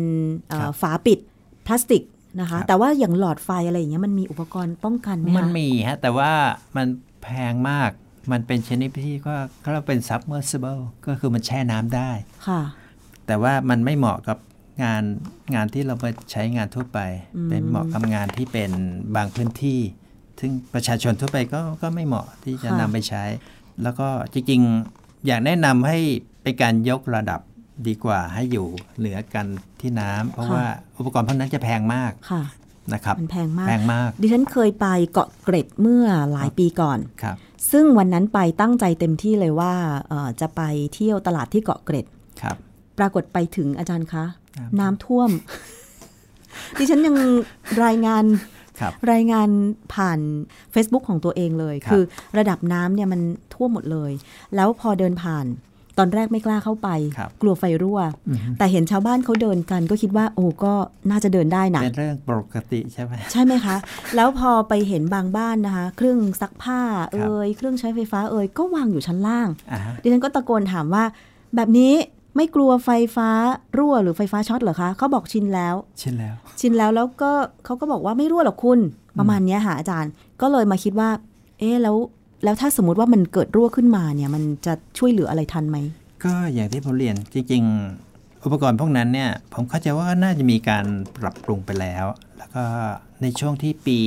Speaker 2: เอ่อ
Speaker 3: ครับ
Speaker 2: ฝาปิดพลาสติกนะคะ
Speaker 3: ครับ
Speaker 2: แต่ว่าอย่างหลอดไฟอะไรอย่างเงี้ยมันมีอุปกรณ์ป้องกันไหมคะ
Speaker 3: มันมีฮะ แต่ว่ามันแพงมากมันเป็นชนิดที่ก็เขาเรียกว่าเป็น submersible ก็คือมันแช่น้ำได้
Speaker 2: ค่ะ
Speaker 3: แต่ว่ามันไม่เหมาะกับงานงานที่เราไปใช้งานทั่วไป เป็นเหมาะกับงานที่เป็นบางพื้นที่ ซึ่งประชาชนทั่วไปก็ก็ไม่เหมาะที่จะ
Speaker 2: ค่ะ
Speaker 3: นำไปใช้ แล้วก็จริงๆ อยากแนะนำให้เป็นการยกระดับดีกว่าให้อยู่เหนือกันที่น้ำเพราะว่าอุปกรณ์พวกนั้นจะแพงมาก
Speaker 2: ค่ะ
Speaker 3: นะครับ
Speaker 2: มันแพงมาก
Speaker 3: แพงมาก
Speaker 2: ดิฉันเคยไปเกาะเกร็ดเมื่อหลายปีก่อน
Speaker 3: ครับ
Speaker 2: ซึ่งวันนั้นไปตั้งใจเต็มที่เลยว่าเอ่อจะไปเที่ยวตลาดที่เกาะเกร็ด
Speaker 3: ครับ
Speaker 2: ปรากฏไปถึงอาจารย์คะ
Speaker 3: น้ำ
Speaker 2: น้ำท่วม *laughs* ดิฉันยังรายงาน
Speaker 3: ครับ
Speaker 2: รายงานผ่าน Facebook ของตัวเองเลย
Speaker 3: ครับ
Speaker 2: คือระดับน้ำเนี่ยมันท่วมหมดเลย แล้วพอเดินผ่าน ตอนแรกไม่กล้าเข้าไป
Speaker 3: ครับ
Speaker 2: กลัวไฟรั่ว
Speaker 3: อือฮึ
Speaker 2: แต่เห็นชาวบ้านเขาเดินกัน ก็คิดว่าโอ้ก็น่าจะเดินได้นะ
Speaker 3: เป็นเรื่องปกติใช่ไหม
Speaker 2: ใช่ไหมคะ แล้วพอไปเห็นบางบ้านนะคะ เครื่องซักผ้าเอ่ยเครื่องใช้ไฟฟ้าเอ่ยก็วางอยู่ชั้นล่าง
Speaker 3: อ่าฮะ
Speaker 2: ดิฉันก็ตะโกนถามว่า แบบนี้ไม่กลัวไฟฟ้ารั่วหรือไฟฟ้าช็อตเหรอคะเขาบอกชินแล้ว
Speaker 3: ชินแล้ว
Speaker 2: ชินแล้วแล้วก็เขาก็บอกว่าไม่รั่วหรอกคุณประมาณเนี้ยค่ะอาจารย์ ก็เลยมาคิดว่า เอ๊ะแล้วแล้วถ้าสมมติว่ามันเกิดรั่วขึ้นมาเนี่ย มันจะช่วยเหลืออะไรทันไหม
Speaker 3: ก็อย่างที่ผมเรียนจริงๆ อุปกรณ์พวกนั้นเนี่ย ผมเข้าใจว่าน่าจะมีการปรับปรุงไปแล้ว แล้วก็ในช่วงที่ปี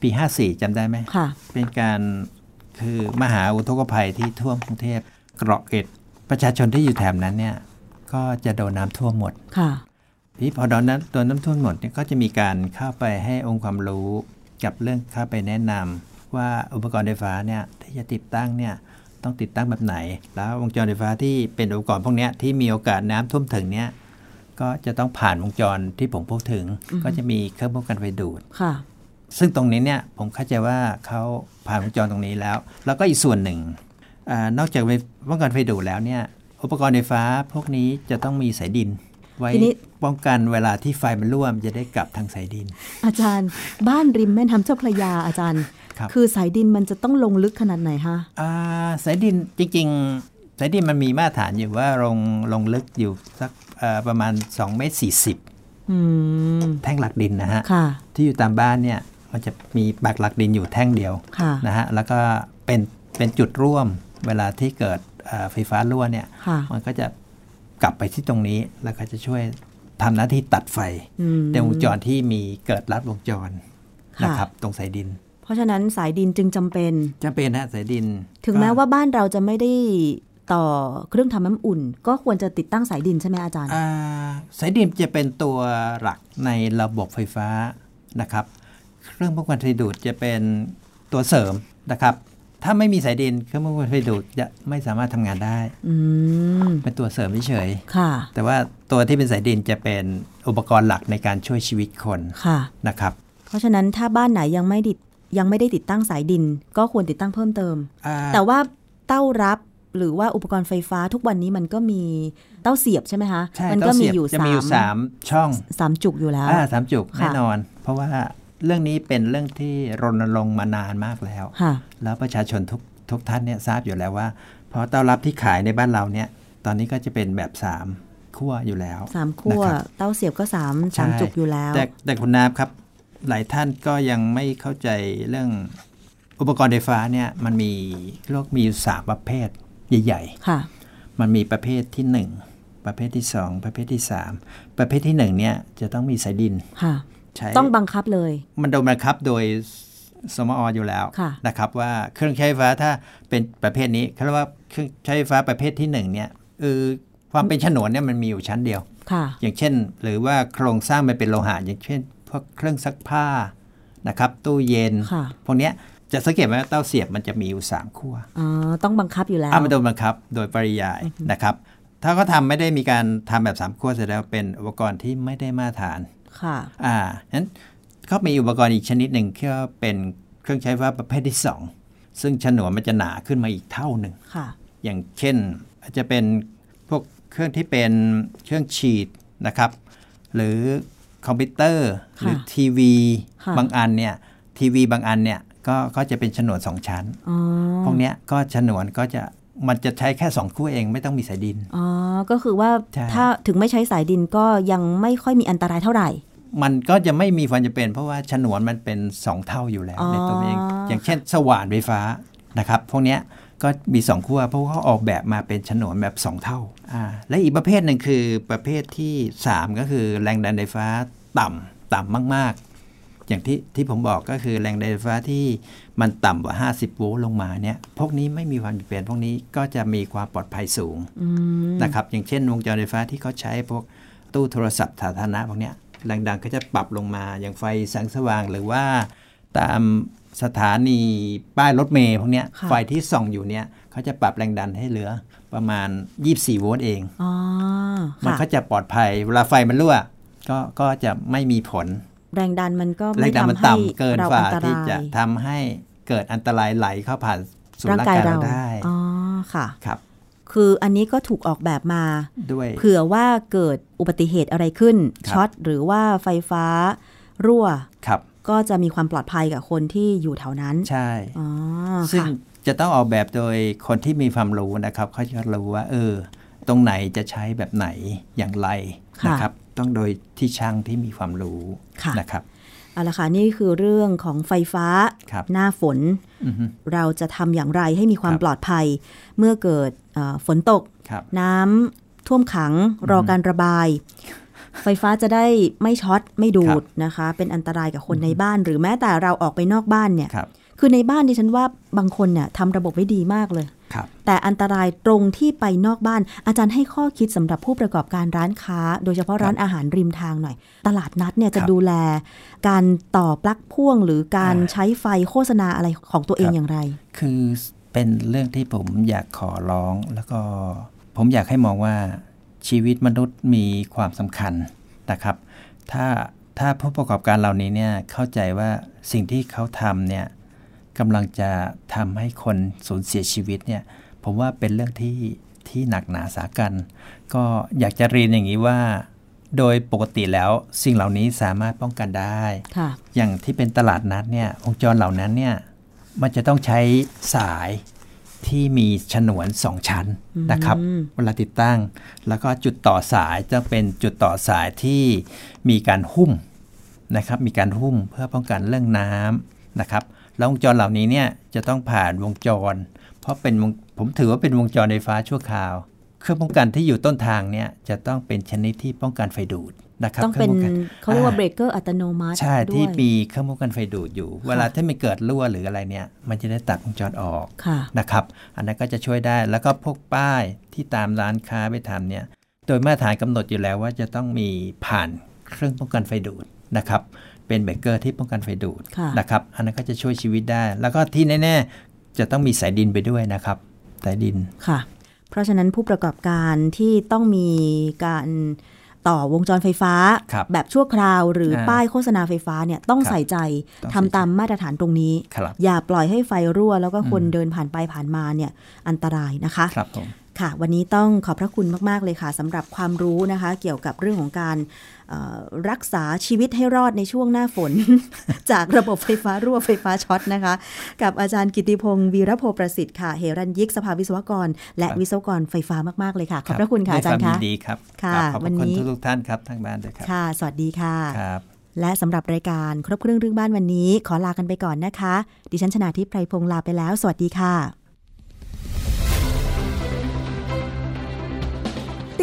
Speaker 3: ปี 54จำได้ไหม
Speaker 2: ค่ะ
Speaker 3: เป็นการคือมหาอุทกภัยที่ท่วมกรุงเทพเกราะเกร็ดประชาชนที่อยู่แถบนั้นเนี่ย ก็จะโดนน้ำท่วมหมด
Speaker 2: ค่ะ
Speaker 3: ทนี่พอโดนน้ำโดนน้ำท่วมหมดเนี่ยก็จะมีการเข้าไปให้องค์ความรู้กับเรื่องเข้าไปแนะนำว่าอุปกรณ์ไฟฟ้าเนี่ยที่จะติดตั้งเนี่ยต้องติดตั้งแบบไหน แล้ววงจรไฟฟ้าที่เป็นอุปกรณ์พวกเนี้ยที่มีโอกาสน้ำท่วมถึงเนี่ยก็จะต้องผ่านวงจรที่ผมพูดถึง ก็จะมีเครื่องป้องกันไฟดูด
Speaker 2: ค่ะ
Speaker 3: ซึ่งตรงนี้เนี่ยผมเข้าใจว่าเขาผ่านวงจรตรงนี้แล้ว แล้วก็อีกส่วนหนึ่งอานอกจากไฟป้องกันไฟดูดแล้วเนี่ยอุปกรณ์ไฟฟ้าพวกนี้จะต้องมีสายดิน ไว้
Speaker 2: ทีนี้
Speaker 3: ป้องกันเวลาที่ไฟมันร่วมจะได้กลับทางสายดิน
Speaker 2: อาจารย์ บ้านริมแม่น้ำเจ้าพระยาอาจารย์
Speaker 3: ครับ
Speaker 2: คือสายดินมันจะต้องลงลึกขนาดไหนฮะ
Speaker 3: อ่าสายดินจริงๆ สายดินมันมีมาตรฐานอยู่ว่าลงลงลึกอยู่สักเอ่อประมาณ2เมตร
Speaker 2: อืม
Speaker 3: 40 แท่งหลักดินนะฮะ
Speaker 2: ค่ะ
Speaker 3: ที่อยู่ตามบ้านเนี่ยมันจะมีปากหลักดินอยู่แท่งเดียว
Speaker 2: ค่ะ
Speaker 3: นะฮะแล้วก็เป็นเป็นจุดร่วมเวลาที่เกิดเอ่อไฟฟ้ารั่วเนี่ย
Speaker 2: ค่ะ
Speaker 3: มันก็จะกลับไปที่ตรงนี้แล้วก็จะช่วยทำหน้าที่ตัดไฟ
Speaker 2: อืม
Speaker 3: ในวงจรที่มีเกิดรัดวงจร
Speaker 2: ค่ะ
Speaker 3: นะครับตรงสายดิน
Speaker 2: เพราะฉะนั้นสายดินจึงจำเป็น
Speaker 3: จำเป็นนะสายดิน
Speaker 2: ถึงแม้ว่าบ้านเราจะไม่ได้ต่อเครื่องทำน้ำอุ่น ก็ควรจะติดตั้งสายดินใช่ไหมอาจารย์
Speaker 3: อ่าสายดินจะเป็นตัวหลักในระบบไฟฟ้านะครับ เครื่องป้องกันไฟดูดจะเป็นตัวเสริมนะครับ ถ้าไม่มีสายดินเครื่องป้องกันไฟดูดจะไม่สามารถทำงานได้
Speaker 2: อืม
Speaker 3: เป็นตัวเสริมเฉยๆ
Speaker 2: ค่ะ
Speaker 3: แต่ว่าตัวที่เป็นสายดินจะเป็นอุปกรณ์หลักในการช่วยชีวิตคน
Speaker 2: ค่ะ
Speaker 3: นะครับ
Speaker 2: เพราะฉะนั้นถ้าบ้านไหนยังไม่ติดยังไม่ได้ติดตั้งสายดิน ก็ควรติดตั้งเพิ่มเติม
Speaker 3: อ่า
Speaker 2: แต่ว่าเต้ารับหรือว่าอุปกรณ์ไฟฟ้าทุกวันนี้มันก็มีเต้าเสียบใช่ไหมคะ
Speaker 3: ใช่
Speaker 2: มั
Speaker 3: ต้
Speaker 2: ก็
Speaker 3: อง
Speaker 2: มี
Speaker 3: เสียบ
Speaker 2: อยู่
Speaker 3: จะมีอยู่สา
Speaker 2: สาม
Speaker 3: มช่อง
Speaker 2: สามจุกอยู่แล้ว
Speaker 3: อ่าสามจุก
Speaker 2: ค่ะ
Speaker 3: แน่นอน เพราะว่าเรื่องนี้เป็นเรื่องที่รณรงค์มานานมากแล้ว
Speaker 2: ค่ะ
Speaker 3: แล้วประชาชนทุกทุกท่านเนี่ยทราบอยู่แล้วว่า เพราะเต้ารับที่ขายในบ้านเราเนี่ยตอนนี้ก็จะเป็นแบบ 3 ขั้วอยู่แล้ว
Speaker 2: สามขั้ว
Speaker 3: นะครับ
Speaker 2: เต้าเสียบก็สามสาม
Speaker 3: ใช่
Speaker 2: จุกอยู่แล้ว
Speaker 3: แต่แต่คุณนาบครับ หลายท่านก็ยังไม่เข้าใจเรื่องอุปกรณ์ไฟฟ้าเนี่ยมันมีโลกมีอยู่สามประเภทใหญ่
Speaker 2: ค่ะ
Speaker 3: ๆ มันมีประเภทที่หนึ่งประเภทที่สองประเภทที่สามประเภทที่หนึ่งเนี่ยจะต้องมีสายดิน
Speaker 2: ค่ะ
Speaker 3: ใช้
Speaker 2: ต้องบังคับเลย
Speaker 3: มันโดนบังคับโดยสมออยู่แล้ว
Speaker 2: ค่ะ
Speaker 3: นะครับว่าเครื่องใช้ไฟฟ้าถ้าเป็นประเภทนี้เขาเรียกว่าเครื่องใช้ไฟฟ้าประเภทที่หนึ่งเนี่ยเออความเป็นฉนวนเนี่ยมันมีอยู่ชั้นเดียว
Speaker 2: ค่ะ
Speaker 3: อย่างเช่น หรือว่าโครงสร้างมันเป็นโลหะอย่างเช่นพวกเครื่องซักผ้านะครับ ตู้เย็น
Speaker 2: ค่ะ
Speaker 3: พวกเนี้ยจะสังเกตไหมว่าเต้าเสียบมันจะมีอยู่สามขั้ว
Speaker 2: อ๋อต้องบังคับอยู่แล้ว
Speaker 3: อ้ามันโดนบังคับ โดยปริยายนะครับ ถ้าเขาทำไม่ได้มีการทำแบบสามขั้วแสดงว่าเป็นอุปกรณ์ที่ไม่ได้มาตรฐาน
Speaker 2: ค่ะ
Speaker 3: อ่านั้นก็มีอุปกรณ์อีกชนิดหนึ่งที่ว่าเป็นเครื่องใช้ไฟฟ้าประเภทที่สองซึ่งฉนวนมันจะหนาขึ้นมาอีกเท่าหนึ่ง
Speaker 2: ค่ะ
Speaker 3: อย่างเช่นอาจจะเป็นพวกเครื่องที่เป็นเครื่องฉีดนะครับ หรือคอมพิวเตอร์ห
Speaker 2: ค่ะ
Speaker 3: รือทีวี
Speaker 2: ค่ะ
Speaker 3: บางอันเนี่ยทีวีบางอันเนี่ยก็ก็จะเป็นฉนวนสองชั้น
Speaker 2: อ๋อ
Speaker 3: พวกเนี้ยก็ฉนวนก็จะมันจะใช้แค่สองคู่เองไม่ต้องมีสายดิน
Speaker 2: อ๋อ ก็คือว่า
Speaker 3: ใช่
Speaker 2: ถ้าถึงไม่ใช้สายดินก็ยังไม่ค่อยมีอันตรายเท่าไหร่
Speaker 3: มันก็จะไม่มีความจำเป็น เพราะว่าฉนวนมันเป็นสองเท่าอยู่แล้ว
Speaker 2: อ๋อ
Speaker 3: ในตัวเองอย่างเช่น สว่านไฟฟ้านะครับพวกเนี้ยก็มีสองขั้วเพราะว่าเขาออกแบบมาเป็นฉนวนแบบสองเท่าอ่าและอีกประเภทหนึ่งคือประเภทที่สามก็คือแรงดันไฟฟ้าต่ำต่ำมาก ๆ อย่างที่ที่ผมบอกก็คือแรงดันไฟฟ้าที่มันต่ำกว่า 50 โวลต์ลงมาเนี่ยพวกนี้ไม่มีความจำเป็นพวกนี้ก็จะมีความปลอดภัยสูง
Speaker 2: อืม
Speaker 3: นะครับอย่างเช่นวงจรไฟฟ้าที่เขาใช้พวกตู้โทรศัพท์สาธารณะพวกเนี้ย ดังๆ ก็จะปรับลงมาอย่างไฟแสงสว่างหรือว่าตามสถานีป้ายรถเมล์พวกเนี้ย
Speaker 2: ค่ะ
Speaker 3: ไฟที่ส่องอยู่เนี่ยเขาจะปรับแรงดันให้เหลือประมาณ 24 โวลต์เอง
Speaker 2: อ๋อ
Speaker 3: มัน
Speaker 2: ค่ะ
Speaker 3: ก็จะปลอดภัยเวลาไฟมันรั่วก็ก็จะไม่มีผล
Speaker 2: แรงดันมันก็
Speaker 3: แร
Speaker 2: ไม่
Speaker 3: งดันมัน
Speaker 2: ทำให้
Speaker 3: ต่ำเกิน
Speaker 2: เรา
Speaker 3: ฝ่า
Speaker 2: อันต
Speaker 3: ที่
Speaker 2: ราย
Speaker 3: จะทำให้เกิดอันตรายไหลเข้าผ่านสู่
Speaker 2: ร่าง
Speaker 3: ร่า
Speaker 2: กาก
Speaker 3: งาย ย
Speaker 2: เรา
Speaker 3: เราได้
Speaker 2: อ๋อค่ะ
Speaker 3: ครับ
Speaker 2: คืออันนี้ก็ถูกออกแบบมา
Speaker 3: ด้วย
Speaker 2: เผื่อว่าเกิดอุบัติเหตุอะไรขึ้น
Speaker 3: ครับ
Speaker 2: ช็อตหรือว่าไฟฟ้ารั่ว
Speaker 3: ครับ
Speaker 2: ก็จะมีความปลอดภัยกับคนที่อยู่แถวนั้น
Speaker 3: ใช่
Speaker 2: อ๋อ
Speaker 3: ซึ่ง
Speaker 2: ค่ะ
Speaker 3: จะต้องออกแบบโดยคนที่มีความรู้นะครับเขาจะรู้ว่า เออ ตรงไหนจะใช้แบบไหนอย่างไร
Speaker 2: ค่ะ
Speaker 3: นะครับ ต้องโดยที่ช่างที่มีความรู้
Speaker 2: ค่ะ
Speaker 3: นะครับ
Speaker 2: เอาละค่ะนี่คือเรื่องของไฟฟ้า
Speaker 3: ครับ
Speaker 2: หน้าฝน
Speaker 3: อือฮึ
Speaker 2: เราจะทำอย่างไรให้มีความ
Speaker 3: ครับ
Speaker 2: ปลอดภัย เมื่อเกิดเอ่อฝนตก
Speaker 3: ครับ
Speaker 2: น้ำท่วมขังรอการระบาย ไฟฟ้าจะได้ไม่ช็อตไม่ดู
Speaker 3: ครั
Speaker 2: ด
Speaker 3: บ
Speaker 2: นะคะ เป็นอันตรายกับคนในบ้าน หรือแม้แต่เราออกไปนอกบ้านเนี่ย
Speaker 3: ครับ
Speaker 2: คือในบ้านดิฉันว่าบางคนเนี่ยทำระบบไว้ดีมากเลย
Speaker 3: ครับ
Speaker 2: แต่อันตรายตรงที่ไปนอกบ้าน อาจารย์ให้ข้อคิดสำหรับผู้ประกอบการร้านค้า โดยเฉพาะร้านอาหารริมทางหน่อย ตลาดนัดเนี่ยจะ
Speaker 3: ครับ
Speaker 2: ดูแล การต่อปลั๊กพ่วงหรือการ
Speaker 3: อ่า
Speaker 2: ใช้ไฟโฆษณาอะไรของตัวเอง
Speaker 3: ครับ
Speaker 2: อย่างไร
Speaker 3: คือเป็นเรื่องที่ผมอยากขอร้องแล้วก็ผมอยากให้มองว่าชีวิตมนุษย์มีความสำคัญนะครับ ถ้าถ้าผู้ประกอบการเหล่านี้เนี่ยเข้าใจว่าสิ่งที่เขาทำเนี่ยกำลังจะทำให้คนสูญเสียชีวิตเนี่ยผมว่าเป็นเรื่องที่ที่หนักหนาสากัน ก็อยากจะเรียนอย่างนี้ว่า โดยปกติแล้วสิ่งเหล่านี้สามารถป้องกันได้
Speaker 2: ค่ะ
Speaker 3: อย่างที่เป็นตลาดนัดเนี่ยวงจรเหล่านั้นเนี่ยมันจะต้องใช้สายที่มีฉนวนสองชั้นนะครับ
Speaker 2: อืม
Speaker 3: เวลาติดตั้ง แล้วก็จุดต่อสายจะเป็นจุดต่อสายที่มีการหุ้มนะครับมีการหุ้มเพื่อป้องกันเรื่องน้ำนะครับแล้ววงจรเหล่านี้เนี่ยจะต้องผ่านวงจร เพราะเป็นวงผมถือว่าเป็นวงจรไฟฟ้าชั่วคราว เครื่องป้องกันที่อยู่ต้นทางเนี่ยจะต้องเป็นชนิดที่ป้องกันไฟดูดนะครับ
Speaker 2: ต้องเป็น
Speaker 3: ครื่งป้งกัน
Speaker 2: เขาเรียกว่า
Speaker 3: อ่
Speaker 2: เบรกเกอร์อัตโนมัติ
Speaker 3: ใช่
Speaker 2: ด้วย
Speaker 3: ที่มีเครื่องป้องกันไฟดูดอยู่ เวลาที่มันเกิดรั่วหรืออะไรเนี่ย มันจะได้ตัดวงจรออก
Speaker 2: ค่ะ
Speaker 3: นะครับ อันนั้นก็จะช่วยได้แล้วก็พวกป้ายที่ตามร้านค้าไปทำเนี่ย โดยมาตรฐานกำหนดอยู่แล้วว่าจะต้องมีผ่านเครื่องป้องกันไฟดูดนะครับ เป็นเบรกเกอร์ที่ป้องกันไฟดูด
Speaker 2: ค่ะ
Speaker 3: นะครับ อันนั้นก็จะช่วยชีวิตได้ แล้วก็ที่แน่ๆจะต้องมีสายดินไปด้วยนะครับสายดิน
Speaker 2: ค่ะ เพราะฉะนั้นผู้ประกอบการที่ต้องมีการต่อวงจรไฟฟ้า
Speaker 3: ครับ
Speaker 2: แบบชั่วคราวหรืออา ป้ายโฆษณาไฟฟ้าเนี่ยต้อง
Speaker 3: ครับ
Speaker 2: ใส่ใจ
Speaker 3: ต้อง
Speaker 2: ทำ
Speaker 3: ใส่ใจ
Speaker 2: ตามมาตรฐานตรงนี้
Speaker 3: ครับ
Speaker 2: อย่าปล่อยให้ไฟรั่ว แล้วก็คนเดินผ่านไปผ่านมาเนี่ยอันตรายนะคะ
Speaker 3: ครับผม
Speaker 2: ค่ะ วันนี้ต้องขอบพระคุณมาก ๆ เลยค่ะสำหรับความรู้นะคะ เกี่ยวกับเรื่องของการเอ่อรักษาชีวิตให้รอดในช่วงหน้าฝน *laughs* จากระบบไฟฟ้ารั่วไฟฟ้าช็อตนะคะ กับอาจารย์กิติพงศ์วีระโพประสิทธิ์ค่ะเฮรันยิกสภาวิศวกร และวิศวกรไฟฟ้ามากๆเลยค่ะ ขอบพระคุณค่ะอาจารย์
Speaker 3: ด้ววม
Speaker 2: คะ
Speaker 3: นดีครับ
Speaker 2: ค่ะ
Speaker 3: ครับขอบพ
Speaker 2: วั
Speaker 3: ระ
Speaker 2: น
Speaker 3: คุณ
Speaker 2: นี้
Speaker 3: ทุกๆท่านครับทางบ้านด้วยครับ
Speaker 2: ค่ะ สวัสดีค่ะ
Speaker 3: ครับ
Speaker 2: และสำหรับรายการครบเครื่องเรื่องบ้านวันนี้ ขอลากันไปก่อนนะคะ ดิฉันชนาทิพไพรพงศ์ลาไปแล้ว สวัสดีค่ะ
Speaker 4: ต